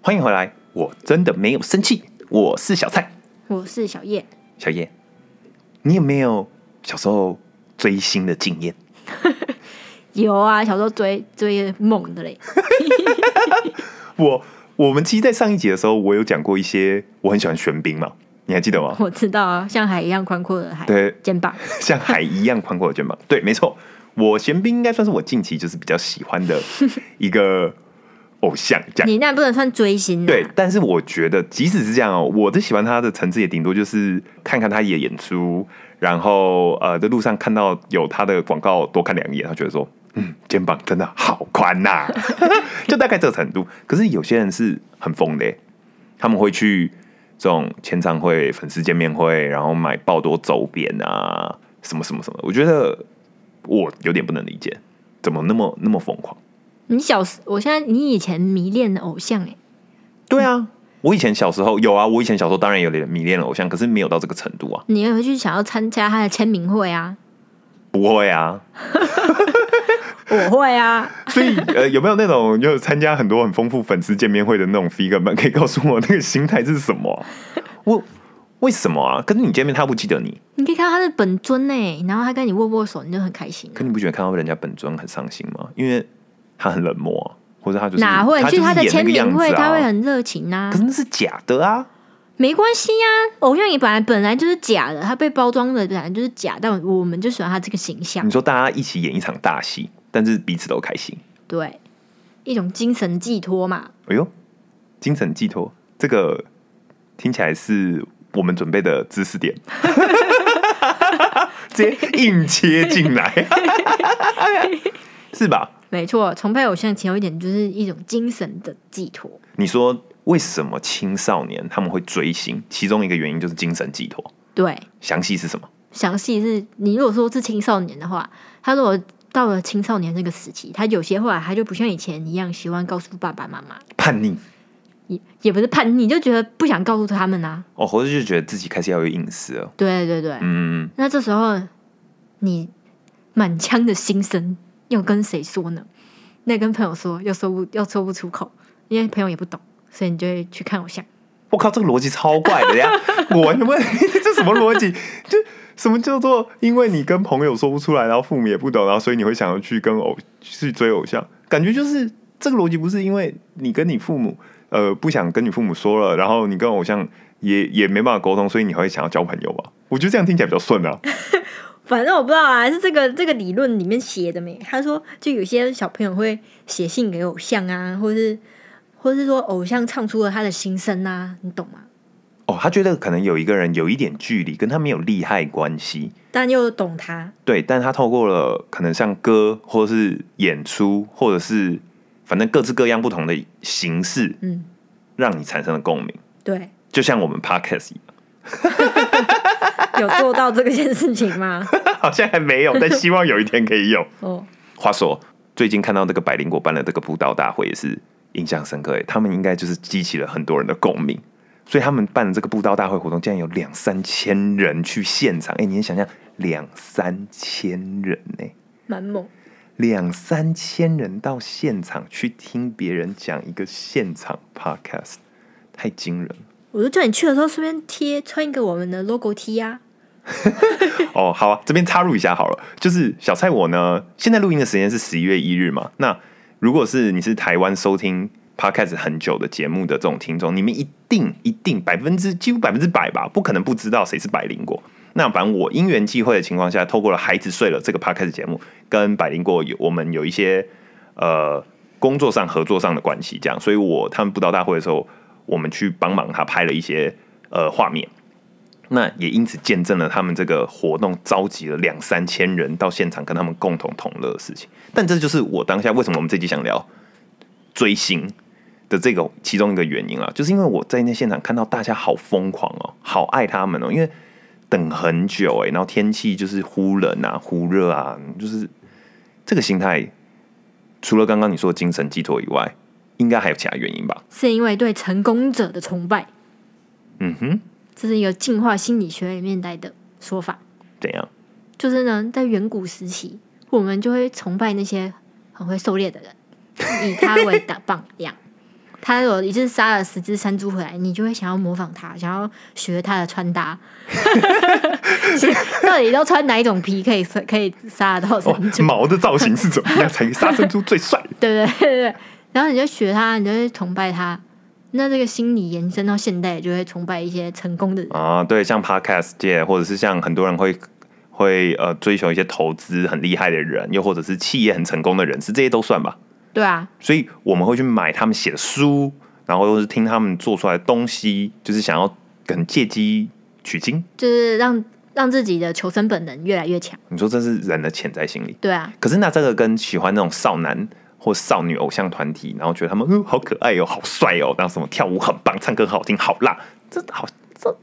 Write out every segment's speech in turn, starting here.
欢迎回来，我真的没有生气，我是小蔡，我是小叶，小叶，你有没有小时候追星的经验？有啊，小时候追追梦的嘞，我我们其实，在上一集的时候，我有讲过一些我很喜欢玄彬嘛，你还记得吗？我知道啊，像海一样宽阔的海，哦 对肩膀，像海一样宽阔的肩膀。对，没错，我玄彬应该算是我近期就是比较喜欢的一个偶像， 这样你那不能算追星啊，对。但是我觉得，即使是这样哦，我的喜欢他的层次也顶多就是看看他的演出，然后呃，在路上看到有他的广告，多看两眼，他觉得说，嗯，肩膀真的好宽呐、就大概这个程度。可是有些人是很疯的耶，他们会去这种签唱会、粉丝见面会，然后买爆多周边啊，什么什么什么。我觉得我有点不能理解，怎么那么那么疯狂？你小时，我现在你以前迷恋的偶像哎，对啊，我以前小时候有啊，我以前小时候当然有点迷恋偶像，可是没有到这个程度啊，你也会去想要参加他的签名会啊？不会啊。 我会啊，所以呃，有没有那种就是参加很多很丰富粉丝见面会的那种 figure 们，可以告诉我那个心态是什么啊、我为什么啊？可是你见面他不记得你，你可以看到他的本尊呢，然后他跟你握握手，你就很开心啊、可你不觉得看到人家本尊很伤心吗？因为他很冷漠、啊，或者他就是哪会？他去就是他的演那签个名样会，子啊他会很热情啊可。是那是假的啊！没关系呀、啊，偶像也本来本来就是假的，他被包装的本来就是假，但我们就喜欢他这个形象你，说大家一起演一场大戏，但是彼此都开心。对，一种精神寄托嘛。哎呦，精神寄托，这个听起来是我们准备的知识点， 直接硬切进来， 是吧？没错，崇拜偶像其中一点就是一种精神的寄托。你说为什么青少年他们会追星？其中一个原因就是精神寄托，对，详细是什么？详细是你如果说是青少年的话，他如果到了青少年这个时期，他有些话他就不像以前一样喜欢告诉爸爸妈妈，叛逆也也不是叛逆，就觉得不想告诉他们啊。哦，或者就觉得自己开始要有隐私了。对对对，嗯，那这时候你满腔的心声要跟谁说呢？那跟朋友说又说不又说不出口，因为朋友也不懂，所以你就会去看偶像。我靠，这个逻辑超怪的呀！ 我完全不，这什么逻辑？就什么叫做因为你跟朋友说不出来，然后父母也不懂，然后所以你会想要去跟偶去追偶像？感觉就是这个逻辑，不是因为你跟你父母呃不想跟你父母说了，然后你跟偶像也也没办法沟通，所以你还会想要交朋友吧？我觉得这样听起来比较顺啊。反正我不知道啊，是这个这个理论里面写的没？他说，就有些小朋友会写信给偶像啊，或是或是说偶像唱出了他的心声啊，你懂吗？哦，他觉得可能有一个人有一点距离，跟他没有利害关系，但又懂他，对，但他透过了可能像歌，或是演出，或者是反正各式各样不同的形式， 嗯，让你产生了共鸣，对，就像我们 podcast 一样， 有做到这个件事情 吗？好像还没有，但希望有一天可以有。哦，话说，最近看到这个百灵果办的这个布道大会也是印象深刻耶，欸他们应该就是激起了很多人的共鸣，所以他们办的这个布道大会活动竟然有两三千人去现场，哎，你能想象两三千人欸呢？蛮猛，两三千人到现场去听别人讲一个现场 podcast，太惊人了。我就叫你去的时候顺便贴穿一个我们的 logo T 啊， 哦，好啊，这边插入一下好了，就是小蔡我呢，现在录音的时间是十一月一日嘛。那如果是你是台湾收听 podcast 很久的节目的这种听众，你们一定一定百分之几乎百分之百吧，不可能不知道谁是百灵果。那反正我因缘际会的情况下，透过了《孩子睡了》这个 podcast 节目，跟百灵果有我们有一些呃工作上合作上的关系，这样，所以我他们布道大会的时候，我们去帮忙他拍了一些呃画面。那也因此见证了他们这个活动召集了两三千人到现场跟他们共同同乐的事情。但这就是我当下为什么我们这集想聊追星的这个其中一个原因啊，就是因为我在那现场看到大家好疯狂哦，好爱他们哦，因为等很久哎、然后天气就是忽冷啊、忽热啊，就是这个心态，除了刚刚你说的精神寄托以外，应该还有其他原因吧？是因为对成功者的崇拜，嗯哼，这是一个进化心理学里面来的说法。怎样？就是呢，在远古时期，我们就会崇拜那些很会狩猎的人，以他为打榜样。他有一次杀了十只山猪回来，你就会想要模仿他，想要学他的穿搭， 到底要穿哪一种皮可以可以杀得到哦山猪？ 毛的造型是怎么样才杀生猪最帅？对不对？对对对。然后你就学他，你就会崇拜他。那这个心理延伸到现代，就会崇拜一些成功的人。啊，对，像 podcast 界，或者是像很多人会会呃追求一些投资很厉害的人，又或者是企业很成功的人士，这些都算吧。对啊，所以我们会去买他们写的书，然后或是听他们做出来的东西，就是想要很借机取经。就是让让自己的求生本能越来越强。你说这是人的潜在心理，对啊，可是那这个跟喜欢那种少男或少女偶像团体，然后觉得他们嗯好可爱哦，好帅哦，然后什么跳舞很棒，唱歌很好听，好辣，这好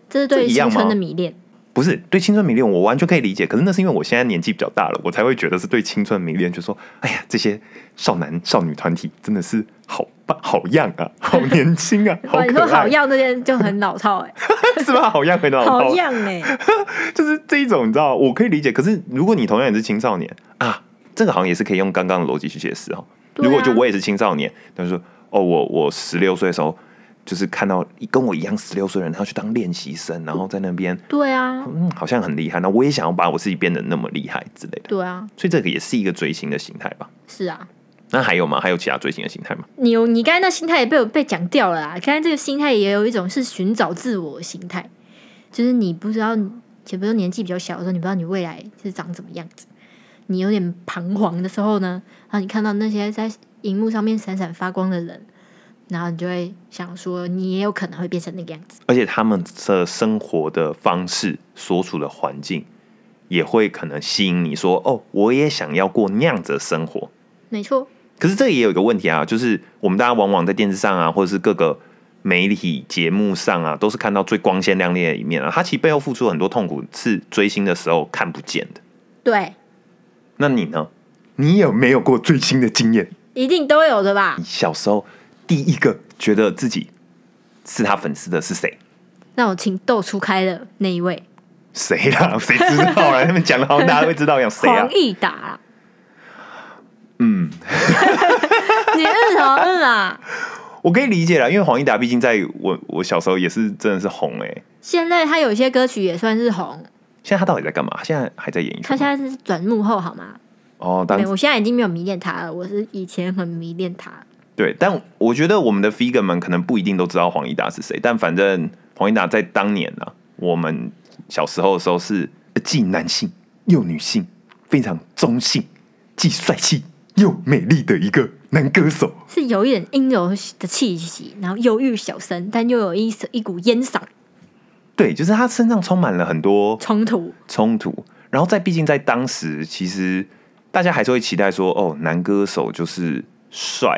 这是这对一样青吗春的迷恋。不是对青春迷恋，我完全可以理解。可是那是因为我现在年纪比较大了，我才会觉得是对青春迷恋，就说哎呀，这些少男少女团体真的是好棒、好样 啊，好年轻啊，好哇，你可说好爱，样这件就很老套哎、 是吧？好样很好， 好样哎、就是这一种，你知道，我可以理解。可是如果你同样也是青少年啊，这个好像也是可以用刚刚的逻辑去解释哦。对啊如果就我也是青少年，但是说哦，我我十六岁的时候，就是看到跟我一样十六岁的人，他去当练习生，然后在那边对啊，嗯，好像很厉害，那我也想要把我自己变得那么厉害之类的。对啊，所以这个也是一个追星的形态吧？是啊。那还有吗？还有其他追星的形态吗？你有你刚才那心态也被我被讲掉了啊！刚才这个心态也有一种是寻找自我的心态，就是你不知道，且不是年纪比较小的时候，你不知道你未来是长怎么样子，你有点彷徨的时候呢，然后你看到那些在荧幕上面闪闪发光的人，然后你就会想说，你也有可能会变成那个样子。而且他们的生活的方式、所处的环境，也会可能吸引你说：“哦，我也想要过那样子的生活。”没错，可是这也有一个问题啊，就是我们大家往往在电视上啊，或者是各个媒体节目上啊，都是看到最光鲜亮丽的一面啊。他其实背后付出很多痛苦，是追星的时候看不见的。对，那你呢？你有没有过追星的经验？一定都有的吧你？小时候第一个觉得自己是他粉丝的是谁？那我请豆初开的那一位、谁啦？谁知道啊啦？他们讲的好像大家会知道一样，谁啊黄？义达啦。嗯，你嗯什么嗯啊？我可以理解啦，因为黄义达毕竟在我我小时候也是真的是红哎、 现在他有些歌曲也算是红，现在他到底在干嘛？现在还在演艺他圈吗？现在是转幕后好吗？哦，当对，我现在已经没有迷恋他了，我是以前很迷恋他。对，但我觉得我们的 figure 们可能不一定都知道黄义达是谁，但反正黄义达在当年啊，我们小时候的时候是既男性又女性，非常中性，既帅气又美丽的一个男歌手。是有一点阴柔的气息，然后忧郁小生，但又有一一股烟嗓对，就是他身上充满了很多冲突。冲突，然后在毕竟在当时，其实大家还是会期待说，哦，男歌手就是帅，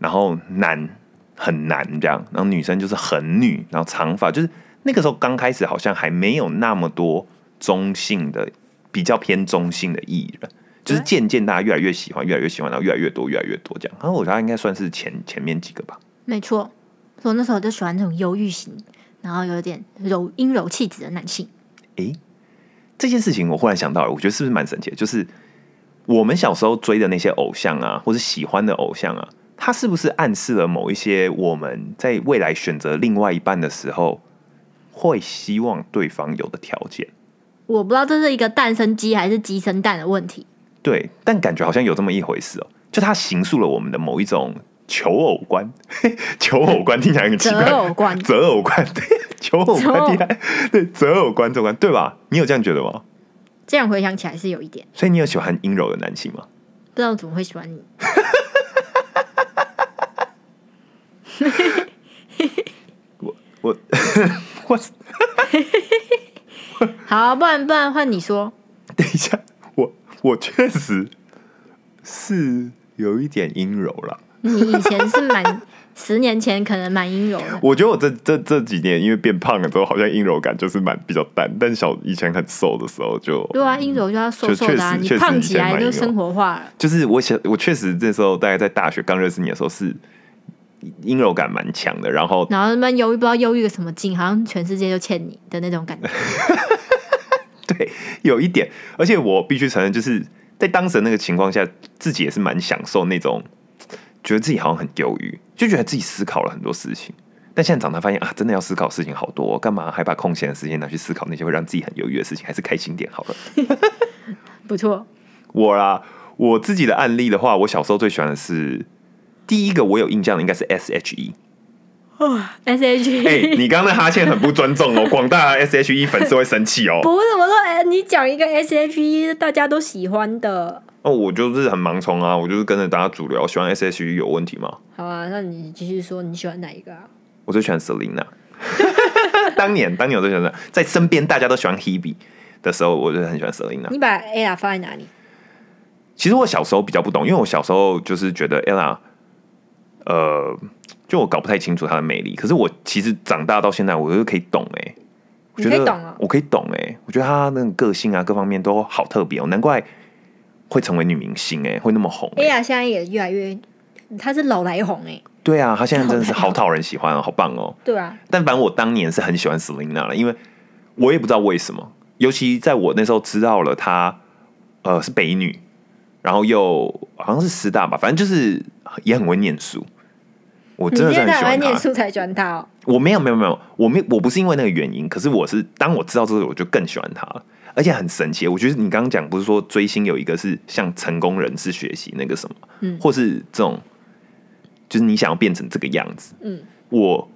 然后男很男这样，然后女生就是很女，然后长发，就是那个时候刚开始好像还没有那么多中性的，比较偏中性的艺人。就是对渐渐大家越来越喜欢，越来越喜欢，然后越来越多，越来越多这样。然后我觉得他应该算是前前面几个吧。没错，所以我那时候就喜欢这种忧郁型，然后有点柔阴柔气质的男性。诶，这件事情我忽然想到，我觉得是不是蛮神奇的？就是我们小时候追的那些偶像啊，或是喜欢的偶像啊，他是不是暗示了某一些我们在未来选择另外一半的时候，会希望对方有的条件？我不知道这是一个蛋生鸡还是鸡生蛋的问题。对，但感觉好像有这么一回事哦，就他形塑了我们的某一种求偶观， 求偶观听起来很奇 怪，择偶观择偶观， 对，求偶择观偶听起来，对，择偶观，择偶观，对吧？你有这样觉得吗？这样回想起来是有一点，所以你有喜欢阴柔的男性吗？ 不知道怎么会喜欢你。我我好，不然不然换你说， 等一下，我我确实是有一点阴柔啦。 你以前是蛮十年前可能蛮阴 柔的，我觉得我这这这几年因为变胖了之后，好像阴柔感就是蛮比较淡，但小以前很瘦的时候就对啊，阴柔就要瘦瘦的、就啊，确你实胖确实起来以前蛮阴柔就生活化了。就是我想，我确实这时候大概在大学刚认识你的时候是阴柔感蛮强的，然后然后他们忧郁，不知道忧郁个什么劲，好像全世界就欠你的那 种感觉。对，有一点，而且我必须承认，就是在当时的那个情况下，自己也是蛮享受那种觉得自己好像很忧郁，就觉得自己思考了很多事情。但现在长大发现啊，真的要思考事情好多、哦，干嘛还把空闲的时间拿去思考那些会让自己很忧郁的事情？还是开心点好了。不错，我啦，我自己的案例的话，我小时候最喜欢的是第一个，我有印象的应该是 S H E。哇，S H 哎、 E，你刚刚那哈欠很不尊重哦，广大 S H E 粉丝会生气哦。 不是我说，哎，你讲一个 S H E 大家都喜欢的，哦， 我就是很盲从啊，我就是跟着大家主流，喜欢 S H E 有问题吗？好啊，那你继续说你喜欢哪一个啊？我最喜欢 Selina。当年，当年我最喜欢 Selina，在身边大家都喜欢 Hebe 的时候，我就很喜欢 Selina。你把 A 啦放在哪里？其实我小时候比较不懂，因为我小时候就是觉得 Ella，呃，就我搞不太清楚她的魅力。可是我其实长大到现在，我就可以懂哎、我你觉可得以懂啊我可以懂哎、我觉得她那个个性啊，各方面都好特别哦，难怪会成为女明星哎、会那么红、欸。 ，A 啦现在也越来越，她是老来红哎、对啊，她现在真 的是好讨人喜欢哦，好棒哦。对啊，但反正我当年是很喜欢 Selina 了，因为我也不知道为什么，尤其在我那时候知道了她，呃，是北女，然后又好像是师大吧，反正就是也很会念书。我你真的是现很在喜还会欢念她。书才喜欢她哦。我没有没有没有，我没我不是因为那个原因，可是我是当我知道之后，我就更喜欢她了，而且很神奇。我觉得你刚刚讲不是说追星有一个是向成功人士学习那个什么，嗯或是这种，就是你想要变成这个样子，嗯，我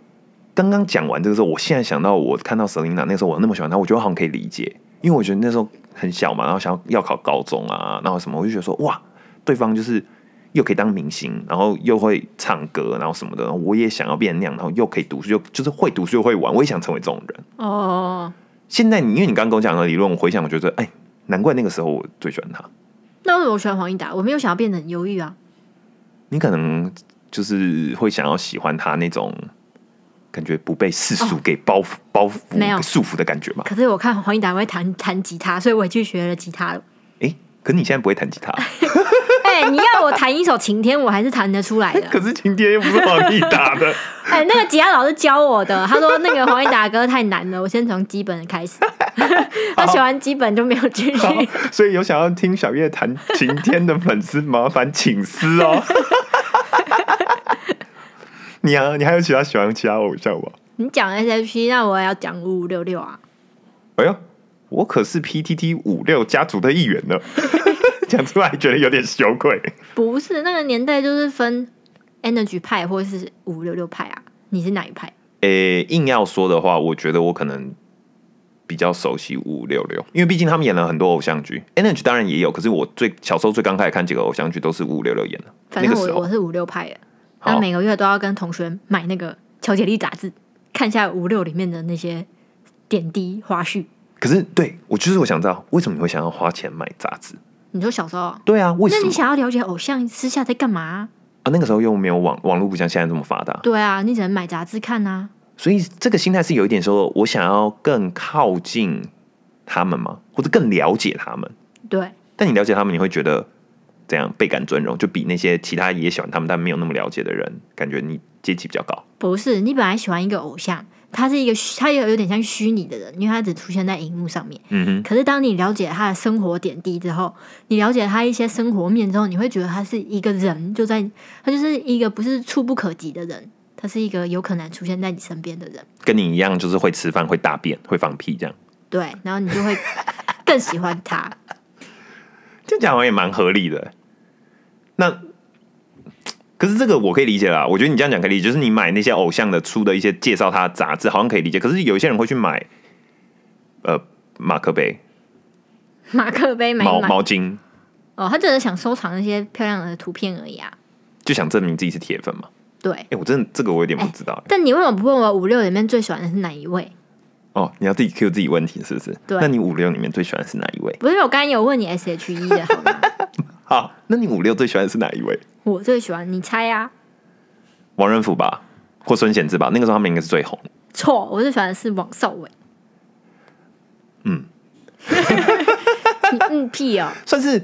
刚刚讲完这个时候，我现在想到我看到 Selina 那时候我那么喜欢她，我觉得我好像可以理解，因为我觉得那时候很小嘛，然后想要要考高中啊，然后什么，我就觉得说哇，对方就是又可以当明星，然后又会唱歌，然后什么的，然后我也想要变那样，然后又可以读书，又就是会读书又会玩，我也想成为这种人。哦，现在你因为你刚刚跟我讲的理论，我回想我觉得哎，难怪那个时候我最喜欢她。那为什么我喜欢黄义达？我没有想要变得很忧郁啊。你可能就是会想要喜欢她那种。感觉不被世俗给包袱、包没有袱、束缚的感觉嘛？可是我看黄义达会弹弹吉他，所以我也去学了吉他了。 哎、可你现在不会弹吉他， 哎、你要我弹一首《晴天》，我还是弹得出来的。可是晴天又不是王力打的。哎、那个吉他老师教我的，他说那个黄义达歌太难了，我先从基本的 开始。他学完基本就没有继好续。所以有想要听小月弹晴天的粉丝，麻烦请私哦。你啊，你还有其他喜欢其他偶像吗？ 你讲 S H E，那我也要讲五五六六啊。哎呦，我可是 PTT 五六家族的一员呢，讲出来觉得有点羞愧。不是那个年代，就是分 Energy 派或是五六六派啊。你是哪一派？诶、硬要说的话，我觉得我可能比较熟悉五五六六，因为毕竟他们演了很多偶像剧，Energy 当然也有，可是我最小时候最刚开始看几个偶像剧都是五五六六演的。反那正个我、时候我是五六派的。那好，每个月都要跟同学买那个《乔姐丽》杂志，看一下五六里面的那些点滴花絮。可是对我就是我想知道，为什么你会想要花钱买杂志？你说小时候啊，对啊，为什那你么想要了解偶像私下在干嘛啊、啊？那个时候又没有网网络，不像现在这么发达，对啊，你只能买杂志看啊。所以这个心态是有一点说，我想要更靠近他们吗？或者更了解他们？对，但你了解他们，你会觉得怎样倍感尊荣？就比那些其他也喜欢他们但没有那么了解的人，感觉你阶级比较高。不是你本来喜欢一个偶像，他是一个虚他有有点像虚拟的人，因为他只出现在荧幕上面。嗯哼，可是当你了解他的生活点滴之后，你了解他一些生活面之后，你会觉得他是一个人，就在他就是一个不是触不可及的人，他是一个有可能出现在你身边的人。跟你一样，就是会吃饭、会大便、会放屁这样。对，然后你就会更喜欢他。 这样讲好像也蛮合理的。那可是这个我可以理解啦，我觉得你这样讲可以理解，就是你买那些偶像的出的一些介绍他的杂志，好像可以理解。可是有一些人会去买，呃，马克杯、马克杯没毛买毛巾，哦，他只是想收藏那些漂亮的图片而已啊。就想证明自己是铁粉嘛？对哎、，我真的这个我有点不知道、但你为什么不问我五六里面最喜欢的是哪一位？哦。你要自己 Q 自己问题是不是？对那你五六里面最喜欢的是哪一位？不是我刚刚有问你 S H E 的好吗？好，那你五六最喜欢的是哪一位？我最喜欢，你猜啊？王仁甫吧，或孙贤志吧？那个时候他们应该是最红。错，我最喜欢的是王少伟。嗯 你，嗯屁哦，算是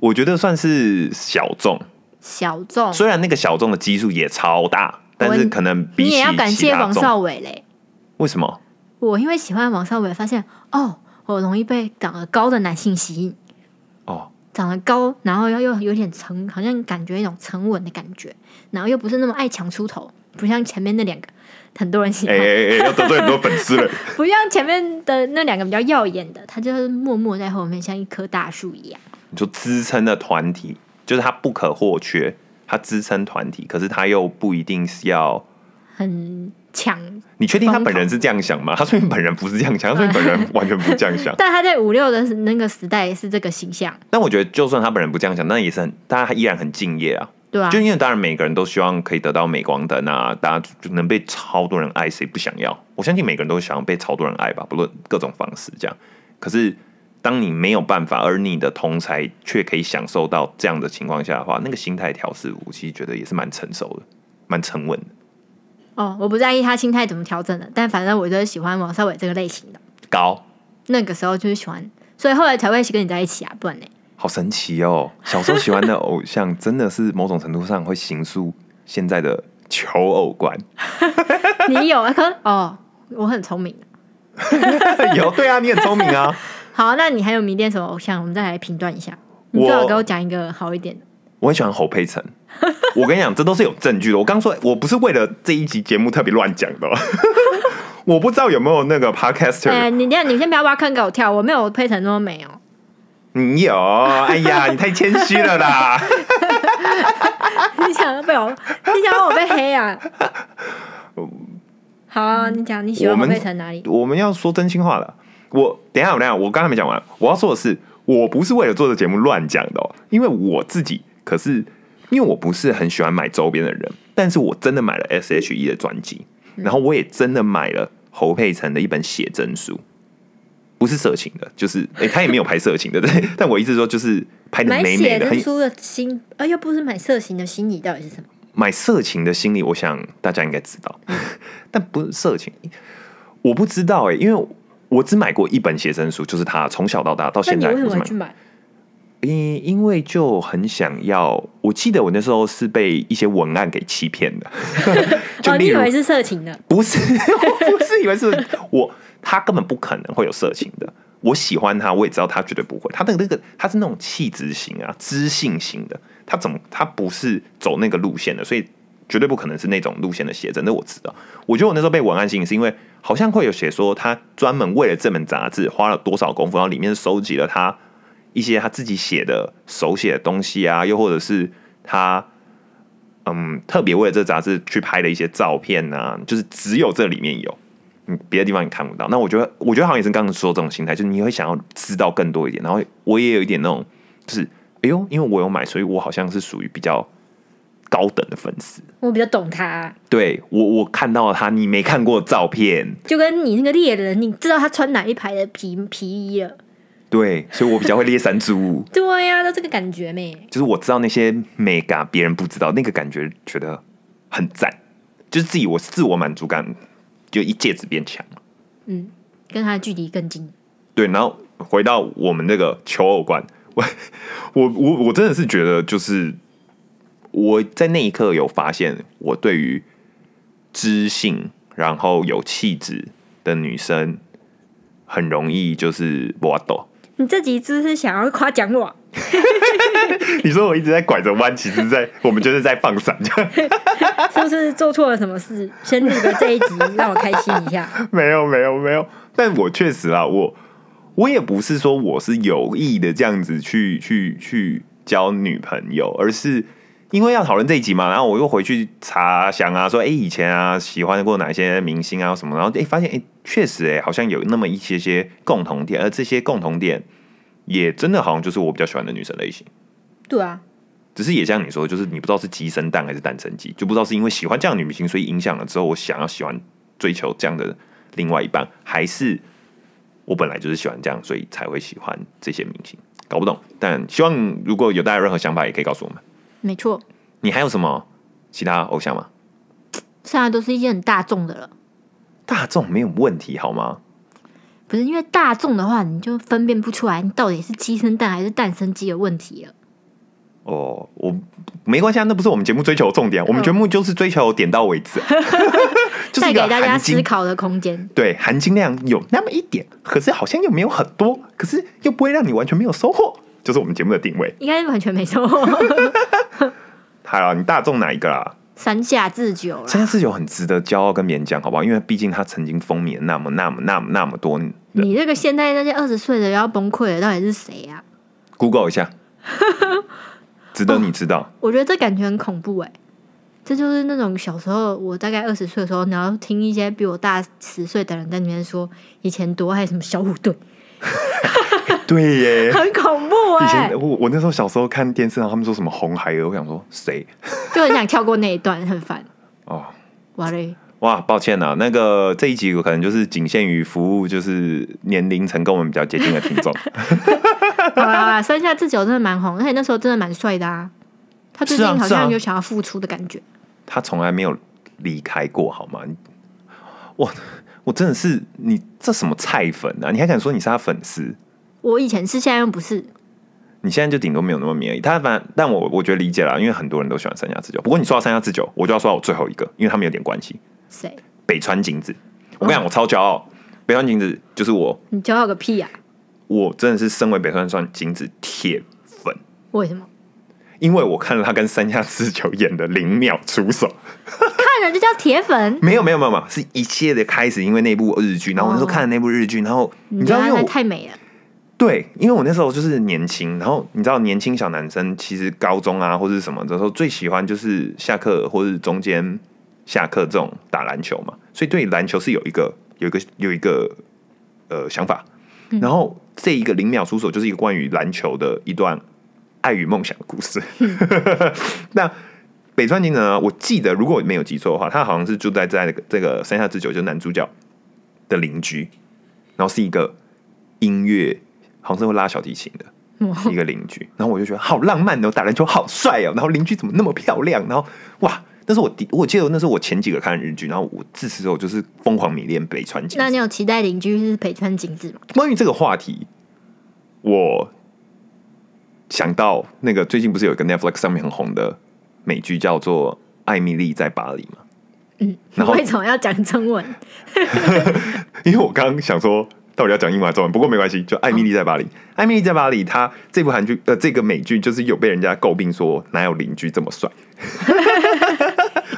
我觉得算是小众，小众，虽然那个小众的基数也超大，但是可能比你起也要感谢其他王众少伟嘞。为什么？我因为喜欢王少伟，发现哦，我容易被长得高的男性吸引，哦，长得高，然后又又有点沉，好像感觉一种沉稳的感觉，然后又不是那么爱抢出头，不像前面那两个很多人喜哎欢，哎哎，要得罪很多粉丝 了。不像前面的那两个比较耀眼的，他就是默默在后面，像一棵大树一样。你说支撑的团体，就是它不可或缺，它支撑团体，可是它又不一定是要。很强，。你确定他本人是这样想吗？他说明本人不是这样想，他说明本人完全不这样想 但他在五六的那个时代是这个形象，但我觉得，就算他本人不这样想，那也是很，大家依然很敬业啊。对啊就，因为当然每个人都希望可以得到镁光灯啊，大家就能被超多人爱，谁不想要？我相信每个人都想要被超多人爱吧，不论各种方式这样。可是当你没有办法，而你的同才却可以享受到这样的情况下的话，那个心态调试，我其实觉得也是蛮成熟的，蛮沉稳的。哦，我不在意他心态怎么调整的，但反正我就是喜欢王少伟这个类型的。高，那个时候就是喜欢，所以后来才会跟你在一起啊，不然呢？好神奇哦！小时候喜欢的偶像，真的是某种程度上会形塑现在的求偶 观。你有啊？可哦，我很聪明。有对啊，你很聪明啊。好，那你还有迷恋什么偶像？我们再来评断一下。你最好我给我讲一个好一点的。我很喜欢侯佩岑。 我跟你讲，这都是有证据的。我刚说，我不是为了这一集节目特别乱讲的哦。 我不知道有没有那个 podcaster，、哎、你这样，你先不要挖坑给我跳，我没有配成那么美哦。你有？哎呀，你太谦虚了啦。 你想要被我，你想要我被 黑啊？好啊，你讲你喜欢我侯们佩岑哪里？我们要说真心话了。我等一下，我等一下，我刚才没讲完。我要说的是，我不是为了做这节目乱讲的、哦，因为我自己可是因为我不是很喜欢买周边的人，但是我真的买了 S.H.E 的专辑，嗯然后我也真的买了侯佩岑的一本写真书，不是色情的，就是诶，他也没有拍色情的， 但但我意思说就是拍的买美美写的，很真书的心，啊，又不是买色情的心理，到底是什么？买色情的心理，我想大家应该知道， 但不是色情，我不知道哎、因为我只买过一本写真书，就是它从小到大到那现你在，为什我只么买会去买？因因为就很想要，我记得我那时候是被一些文案给欺骗的， 就 哦，例你以如、为是色情的？不是， 我不是以为是我，他根本不可能会有色情的。我喜欢他，我也知道他绝对不会。他的那个他是那种气质型啊，知性型的，他怎么他不是走那个路线的，所以绝对不可能是那种路线的写真。那我知道，我觉得我那时候被文案吸引，是因为好像会有写说他专门为了这本杂志花了多少功夫，然后里面收集了他一些他自己写的手写的东西啊，又或者是他嗯，特别为了这杂志去拍的一些照片啊，就是只有这里面有，嗯，别的地方你看不到。那我觉得，我觉得好像也是刚刚说这种心态，就是你会想要知道更多一点，然后我也有一点那种，就是哎呦，因为我有买，所以我好像是属于比较高等的粉丝。我比较懂他、对我，我看到了他你没看过的照片，就跟你那个猎人，你知道他穿哪一排的皮皮衣了？对，所以我比较会猎山猪， 对呀、都这个感觉没。就是我知道那些美感，别人不知道那个感觉，觉得很赞，就是自己我自我满足感就一戒指变强。嗯，跟他的距离更近。对，然后回到我们那个求偶观，我我我我真的是觉得，就是我在那一刻有发现，我对于知性然后有气质的女生，很容易就是我抖。你这集是不是想要夸奖 我？你说我一直在拐着弯，其实在我们就是在放闪，这样是不是做错了什么事？先录个这一集，让我开心一下。没有没有没有，但我确实啊，我我也不是说我是有意的这样子去去去交女朋友，而是因为要讨论这一集嘛，然后我又回去查想啊，说哎、诶以前啊喜欢过哪些明星啊什么，然后哎、诶发现哎确、实哎、诶好像有那么一些些共同点，而这些共同点也真的好像就是我比较喜欢的女生类型。对啊，只是也像你说，就是你不知道是鸡生蛋还是蛋生鸡，就不知道是因为喜欢这样的女明星，所以影响了之后，我想要喜欢追求这样的另外一半，还是我本来就是喜欢这样，所以才会喜欢这些明星，搞不懂。但希望如果有大家有任何想法，也可以告诉我们。没错，你还有什么其他偶像吗？现在都是一些很大众的了。大众没有问题好吗？不是因为大众的话，你就分辨不出来你到底是鸡生蛋还是蛋生鸡的问题了。哦，我没关系，啊，那不是我们节目追求的重点，我们节目就是追求点到为 止啊，就是带一给个大家含金思考的空间。对，含金量有那么一点，可是好像又没有很多，可是又不会让你完全没有收获，就是我们节目的定位。应该完全没错。 好了，你大众哪一个啊啦？山下智久三啦，下四九很值得骄傲跟勉强，好不好？因为毕竟它曾经风靡了那么、那么、那么、那么多人。你这个现在那些二十岁的要崩溃的到底是谁啊？ Google 一 下，值得你知道。我觉得这感觉很恐怖哎、这就是那种小时候，我大概二十岁的时候，然后听一些比我大十岁的人在里面说以前多爱什么小虎队， 哦对耶，很恐怖以哎、前我我那时候小时候看电视，然后他们说什么红孩儿，我想说谁就很想跳过那一段，很烦。哦。哇嘞，哇，抱歉啊，那个这一集我可能就是仅限于服务，就是年龄层跟我们比较接近的听众。好啦好啦，山下智久真的蛮红，而且那时候真的蛮帅的啊。他最近是啊好是啊像有想要复出的感觉，他从来没有离开过，好吗？你我我真的是你这什么菜粉啊？你还敢说你是他粉丝？我以前是，现在又不是。你现在就顶多没有那么迷而已。他反但我我觉得理解了，因为很多人都喜欢三下之久。不过你说到三下之久，我就要说到我最后一个，因为他们有点关系。谁？北川景子，我跟你讲，我超骄傲。北川景子就是我，你骄傲个屁啊呀、我真的是身为北川景子铁粉，为什么？因为我看了他跟三下之久演的《零秒出手》。看了就叫铁粉，没有没有没有没有，是一切的开始，因为那部日剧，然后我那时候看了那部日剧，然后你哦你知觉道，得因为他我太美了。对，因为我那时候就是年轻，然后你知道，年轻小男生其实高中啊或是什么的时候，最喜欢就是下课或是中间下课这种打篮球嘛，所以对篮球是有一个有一个有一个呃想法。然后这一个零秒出手就是一个关于篮球的一段爱与梦想的故事。 那北川景子呢？我记得如果没有记错的话，他好像是住在在那个这个山下之久，就是男主角的邻居，然后是一个音乐，好像是会拉小提琴的。一个邻居，然后我就觉得好浪漫哦，打篮球好帅哦，然后邻居怎么那么漂亮？然后哇，那是我第，我记得那是我前几个看的日剧，然后我自此之后就是疯狂迷恋北川景那子。你有期待邻居是北川景子吗？关于这个话题，我想到那个最近不是有一个 Netflix 上面很红的美剧叫做《艾米丽在巴黎》吗？然后为什么要讲中文？因为我刚刚想说，到底要讲英文还是中文？不过没关系，就《艾米嗯丽在巴黎》艾米丽在巴黎》，它这部韩剧呃，这个美剧就是有被人家诟病说哪有邻居这么 帅。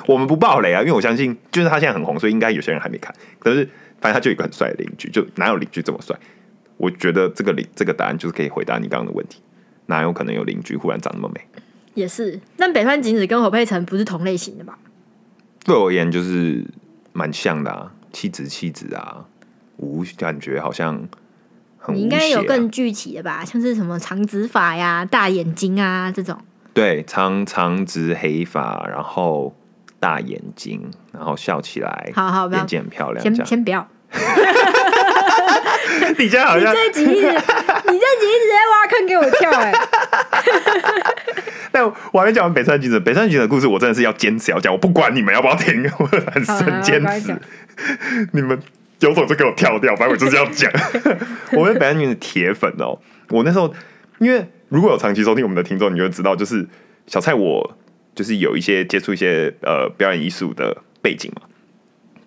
我们不爆雷啊，因为我相信，就是他现在很红，所以应该有些人还没看。可是反正他就有一个很帅的邻居，就哪有邻居这么帅？我觉得这个邻这个答案就是可以回答你刚刚的问题，哪有可能有邻居忽然长那么美？也是，但北川景子跟侯佩岑不是同类型的吧？对我而言就是蛮像的啊，气质气质啊，无感觉好像很无你应该有邪啊更具体的吧，像是什么长直发呀、大眼睛啊这种。对，长长直黑发，然后大眼睛，然后笑起来，好好不要眼睛很漂亮。先这样，先不要， 你这样好你像，这一集一直，你这一集一直在挖坑给我跳哎、但我还没讲完北山景子。北山景子的故事，我真的是要坚持要讲，我不管你们要不要听， 我很好好很好坚赶快持讲。 你们有种就给我跳掉，反正我就是要 讲。我是北岸女的铁粉哦，我那时候因为如果有长期收听我们的听众，你就会知道，就是小蔡我就是有一些接触一些呃表演艺术的背景嘛。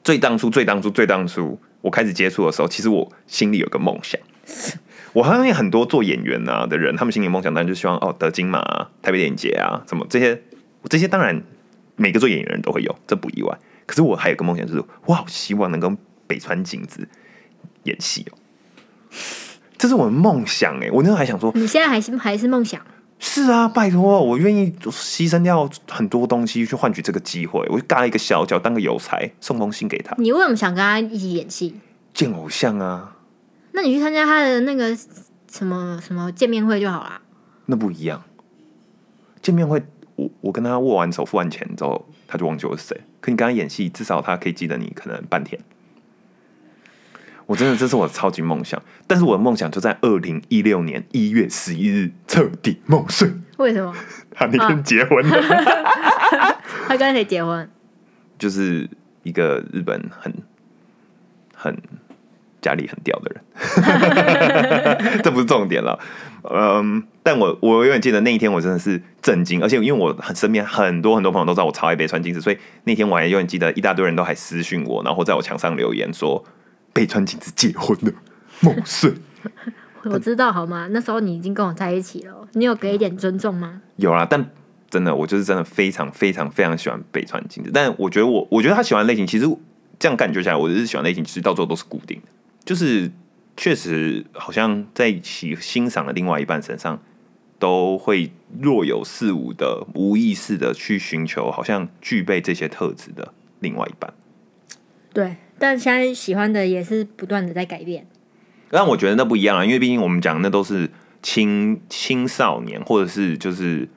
最当初、最当初、最当初，我开始接触的时候，其实我心里有个梦想。我相信很多做演员啊的人，他们心里的梦想当然就希望哦得金马、啊、台北电影节啊，什么这些这些当然每个做演员人都会有，这不意外。可是我还有个梦想，就是我好希望能跟北川景子演戏哦，这是我的梦想哎、我那时候还想说， 你现在还是还是梦想，是啊，拜托，我愿意牺牲掉很多东西去换取这个机会，我就尬一个小脚当个邮差，送封信给他，你为什么想跟他一起演戏？见偶像啊，那你去参加他的那个什么什么见面会就好啦。那不一样。见面会，我我跟他握完手、付完钱之后，他就忘记我是谁。可你跟他演戏，至少他可以记得你可能半天。我真的，这是我的超级梦想，但是我的梦想就在二零一六年一月十一日彻底梦碎。为什么？他那天结婚了，他跟谁结婚？就是一个日本很很家里很屌的人，这不是重点了。嗯，但我我永远记得那一天，我真的是震惊，而且因为我很身边很多很多朋友都知道我超爱北川景子，所以那天我还永远记得一大堆人都还私讯我，然后在我墙上留言说北川景子结婚了，梦碎。我知道好吗？那时候你已经跟我在一起了，你有给一点尊重吗？有啦，但真的我就是真的非常非常非常喜欢北川景子，但我觉得我我觉得他喜欢的类型，其实这样感觉起来，我就是喜欢的类型，其实到最后都是固定的，就是确实好像在一起欣赏的另外一半身上，都会若有似无的无意识的去寻求好像具备这些特质的另外一半。对，但现在喜欢的也是不断的在改变。但我觉得那不一样啊，因为毕竟我们讲的那都是青青少年，或者是就是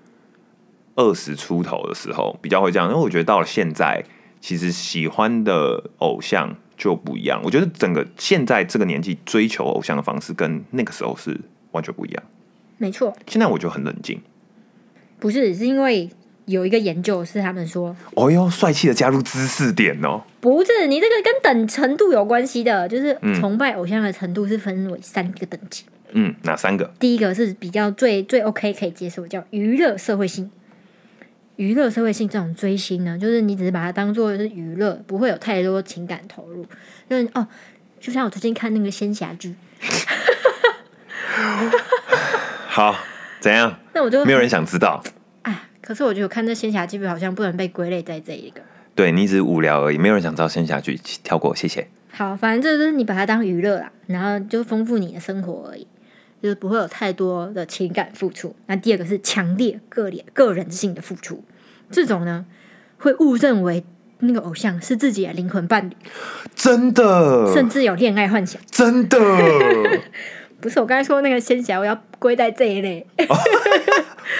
二十出头的时候比较会这样。因为我觉得到了现在，其实喜欢的偶像就不一样。我觉得整个现在这个年纪追求偶像的方式跟那个时候是完全不一样。没错，现在我就很冷静。不是是因为有一个研究是他们说，哦哟，帅气的加入知识点哦。不是你这个跟等程度有关系的，就是崇拜偶像的程度是分为三个等级。嗯，哪三个？第一个是比较最最 OK 可以接受，叫娱乐社会性。娱乐社会性这种追星呢，就是你只是把它当做是娱乐，不会有太多情感投入。就是哦，就像我最近看那个仙侠剧，好，怎样？那我就没有人想知道。啊。可是我觉得我看这仙侠剧好像不能被归类在这一个。对你只是无聊而已，没有人想知道仙侠剧，跳过，谢谢。好，反正这就是你把它当娱乐啦，然后就丰富你的生活而已，就是不会有太多的情感付出。那第二个是强烈个人个人性的付出，这种呢会误认为那个偶像是自己的灵魂伴侣，真的，甚至有恋爱幻想。真的， 不是我刚才说那个仙侠，我要归在这一类，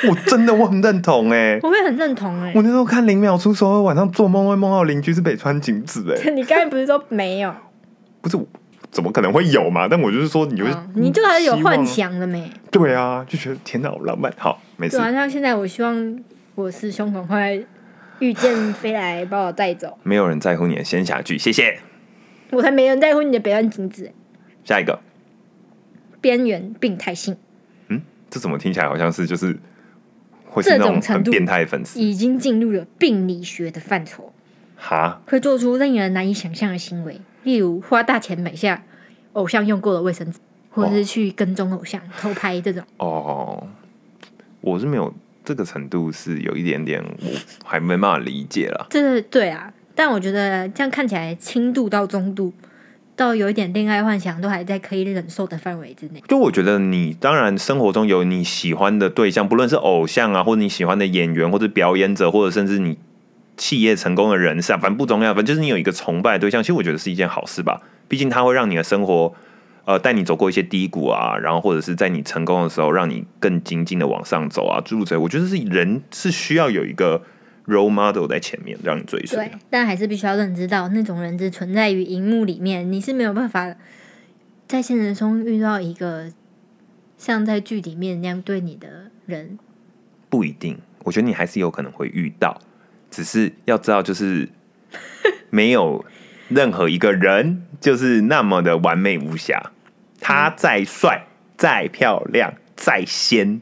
我真的我很认同哎、我会很认同哎、我那时候看零秒出手，我晚上做梦会梦到邻居是北川景子 哎、你刚才不是说没有？不是，怎么可能会有嘛？但我就是说，你就、嗯你就还是有幻，想的没？对啊，就觉得天哪，好浪漫，好，没事对，啊，像现在我希望我师兄赶快遇见飞来把我带走，没有人在乎你的仙侠剧，谢谢。我才没人在乎你的北岸景子欸。下一个，边缘病态性嗯，这怎么听起来好像是就是会是这那种种程很度变态的粉丝已经进入了病理学的范畴，哈？会做出令人难以想象的行为，例如花大钱买下偶像用过的卫生纸，或者是去跟踪偶像、偷拍这种。哦，我是没有这个程度，是有一点点我还没办法理解啦。这是对啊，但我觉得这样看起来轻度到中度，到有一点恋爱幻想都还在可以忍受的范围之内。就我觉得你当然生活中有你喜欢的对象，不论是偶像啊，或者你喜欢的演员，或者表演者，或者甚至你企业成功的人士啊，反正不重要，反正就是你有一个崇拜的对象，其实我觉得是一件好事吧。毕竟它会让你的生活，呃，带你走过一些低谷啊，然后或者是在你成功的时候，让你更精进的往上走啊，诸如此类。我觉得是人是需要有一个 role model 在前面让你追随的对。，但还是必须要认知到，那种人只存在于荧幕里面，你是没有办法在现实中遇到一个像在剧里面那样对你的人。不一定，我觉得你还是有可能会遇到，只是要知道，就是没有任何一个人就是那么的完美无瑕。他再帅、再漂亮、再仙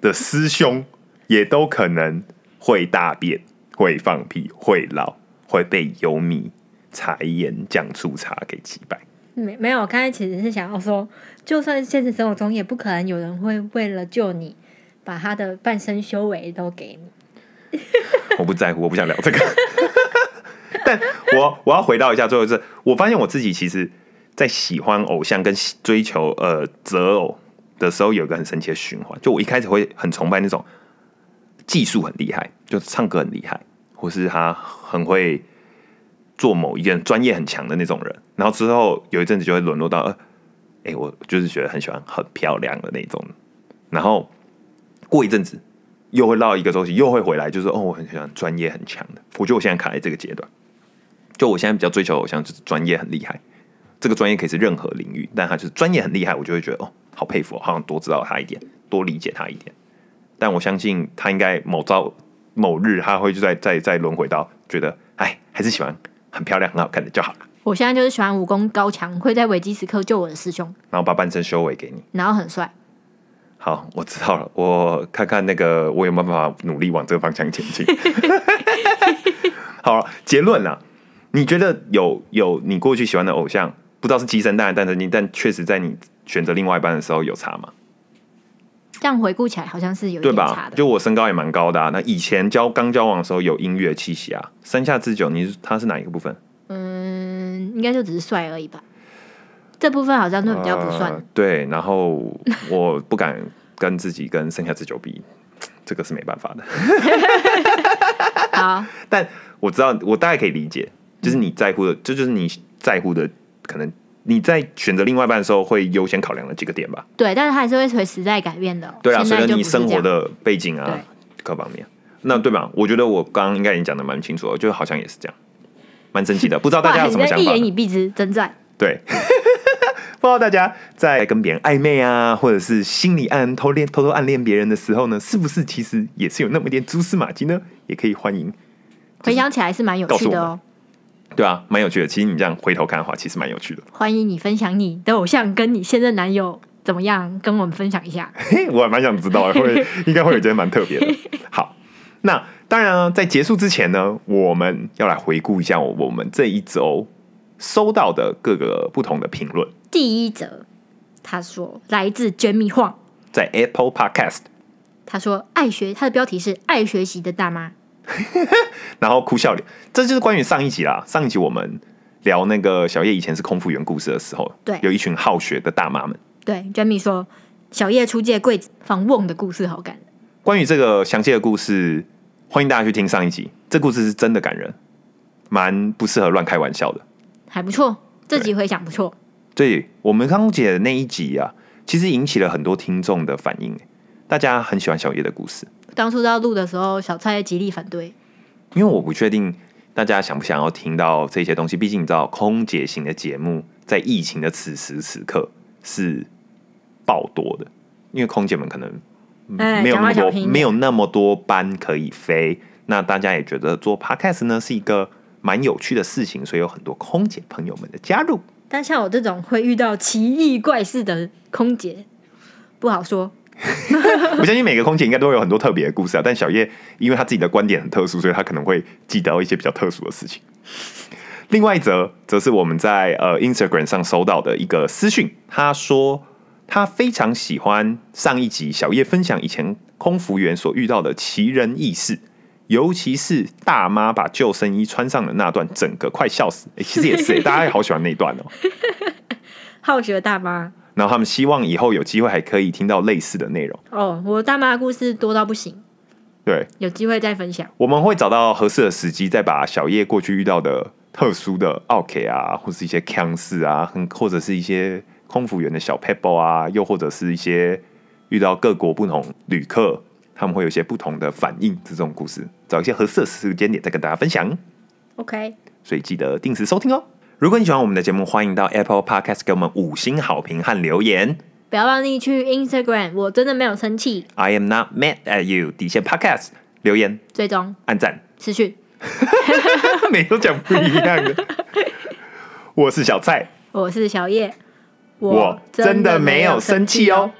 的师兄，也都可能会大便、会放屁、会老、会被油米、茶盐、酱醋茶给击败。没没有，我刚才其实是想要说，就算现实生活中，也不可能有人会为了救你，把他的半生修为都给你。我不在乎，我不想聊这个。但我我要回到一下最后一次，我发现我自己其实，在喜欢偶像跟喜追求呃择偶的时候，有一个很神奇的循环。就我一开始会很崇拜那种技术很厉害，就唱歌很厉害，或是他很会做某一件专业很强的那种人。然后之后有一阵子就会沦落到，哎、呃诶我就是觉得很喜欢很漂亮的那种。然后过一阵子，又会绕一个周期，又会回来，就是哦，我很喜欢专业很强的。我觉得我现在卡在这个阶段，就我现在比较追求偶像就是专业很厉害，这个专业可以是任何领域，但他就是专业很厉害，我就会觉得哦，好佩服哦，好想多知道他一点，多理解他一点。但我相信他应该某朝某日，他会就再再再轮回到觉得，哎，还是喜欢很漂亮、很好看的就好了，我现在就是喜欢武功高强，会在危机时刻救我的师兄，然后把半身修为给你。然后很帅。好，我知道了，我看看那个我有没有办法努力往这个方向前进。 好了，结论啦，你觉得有有你过去喜欢的偶像，不知道是鸡生蛋还是蛋生鸡，但确实在你选择另外一半的时候有差吗？这样回顾起来好像是有一对点差吧？的。就我身高也蛮高的、啊，那以前交刚交往的时候有音乐气息啊。山下智久，你是他是哪一个部分？嗯，应该就只是帅而已吧。这部分好像就比较不算。呃对，然后我不敢跟自己跟山下智久比，这个是没办法的。呃好，但我知道，我大概可以理解，就是你在乎的，这就是你在乎的，可能你在选择另外一半的时候会优先考量的几个点吧。对，但是它还是会随时代改变的哦、对啊，现随在着就不你是生这活样的背景啊对各方面，那对吧？我觉得我刚刚应该已经讲的蛮清楚了，就好像也是这样，蛮神奇的。不知道大哇，家有你什么在想一法言呢？以蔽之，真在。对， 不知道大家在跟别人暧昧啊，或者是心里暗偷恋、偷偷暗恋别人的时候呢，是不是其实也是有那么一点蛛丝马迹呢？也可以欢迎，回想起来是蛮有趣的哦。对啊，蛮有趣的。其实你这样回头看的话，其实蛮有趣的。欢迎你分享你的偶像跟你现任男友怎么样，跟我们分享一下。嘿， 我还蛮想知道的，会应该会有一件蛮特别的。好，那当然啊，在结束之前呢，我们要来回顾一下我我们这一周收到的各个不同的评论，第一则，他说来自 Jamie Huang，在 Apple Podcast，他说爱学，他的标题是爱学习的大妈。然后哭笑脸，这就是关于上一集啦。上一集我们聊那个小叶以前是空服员故事的时候，对有一群好学的大妈们。对，Jamie 说小叶出借柜子访问的故事好感人。关于这个详细的故事，欢迎大家去听上一集，这故事是真的感人，蛮不适合乱开玩笑的。还不错，这对集回想不错。对我们康姐的那一集啊，其实引起了很多听众的反应，大家很喜欢小叶的故事，当初要录的时候，小蔡极力反对，因为我不确定大家想不想要听到这些东西，毕竟你知道，空姐型的节目在疫情的此时此刻是爆多的，因为空姐们可能哎嗯没有讲那么话小多心一点没有那么多班可以飞，那大家也觉得做 podcast 呢是一个蛮有趣的事情，所以有很多空姐朋友们的加入。但像我这种会遇到奇异怪事的空姐，不好说。我相信每个空姐应该都会有很多特别的故事啊，但小叶因为她自己的观点很特殊，所以她可能会记得一些比较特殊的事情。另外一则，则是我们在呃 Instagram 上收到的一个私讯，他说他非常喜欢上一集小叶分享以前空服员所遇到的奇人异事，尤其是大妈把救生衣穿上的那段，整个快笑死。诶其实也是、诶大家也好喜欢那一段哦。好学大妈然后他们希望以后有机会还可以听到类似的内容。哦，我大妈的故事多到不行，对，有机会再分享。我们会找到合适的时机，再把小叶过去遇到的特殊的奥 K 啊，或是一些腔事啊，很或者是一些空服员的小 pebble 啊，又或者是一些遇到各国不同旅客，他们会有一些不同的反应，这种故事，找一些合适的时间点再跟大家分享。 OK，所以记得定时收听哦。如果你喜欢我们的节目，欢迎到 Apple Podcast 给我们五星好评和留言。不要忘记去 Instagram，我真的没有生气， I am not mad at you，底线 Podcast 留言最终按赞。持续。每都讲不一样 的。我是小蔡，我是小叶，我真的没有生气哦。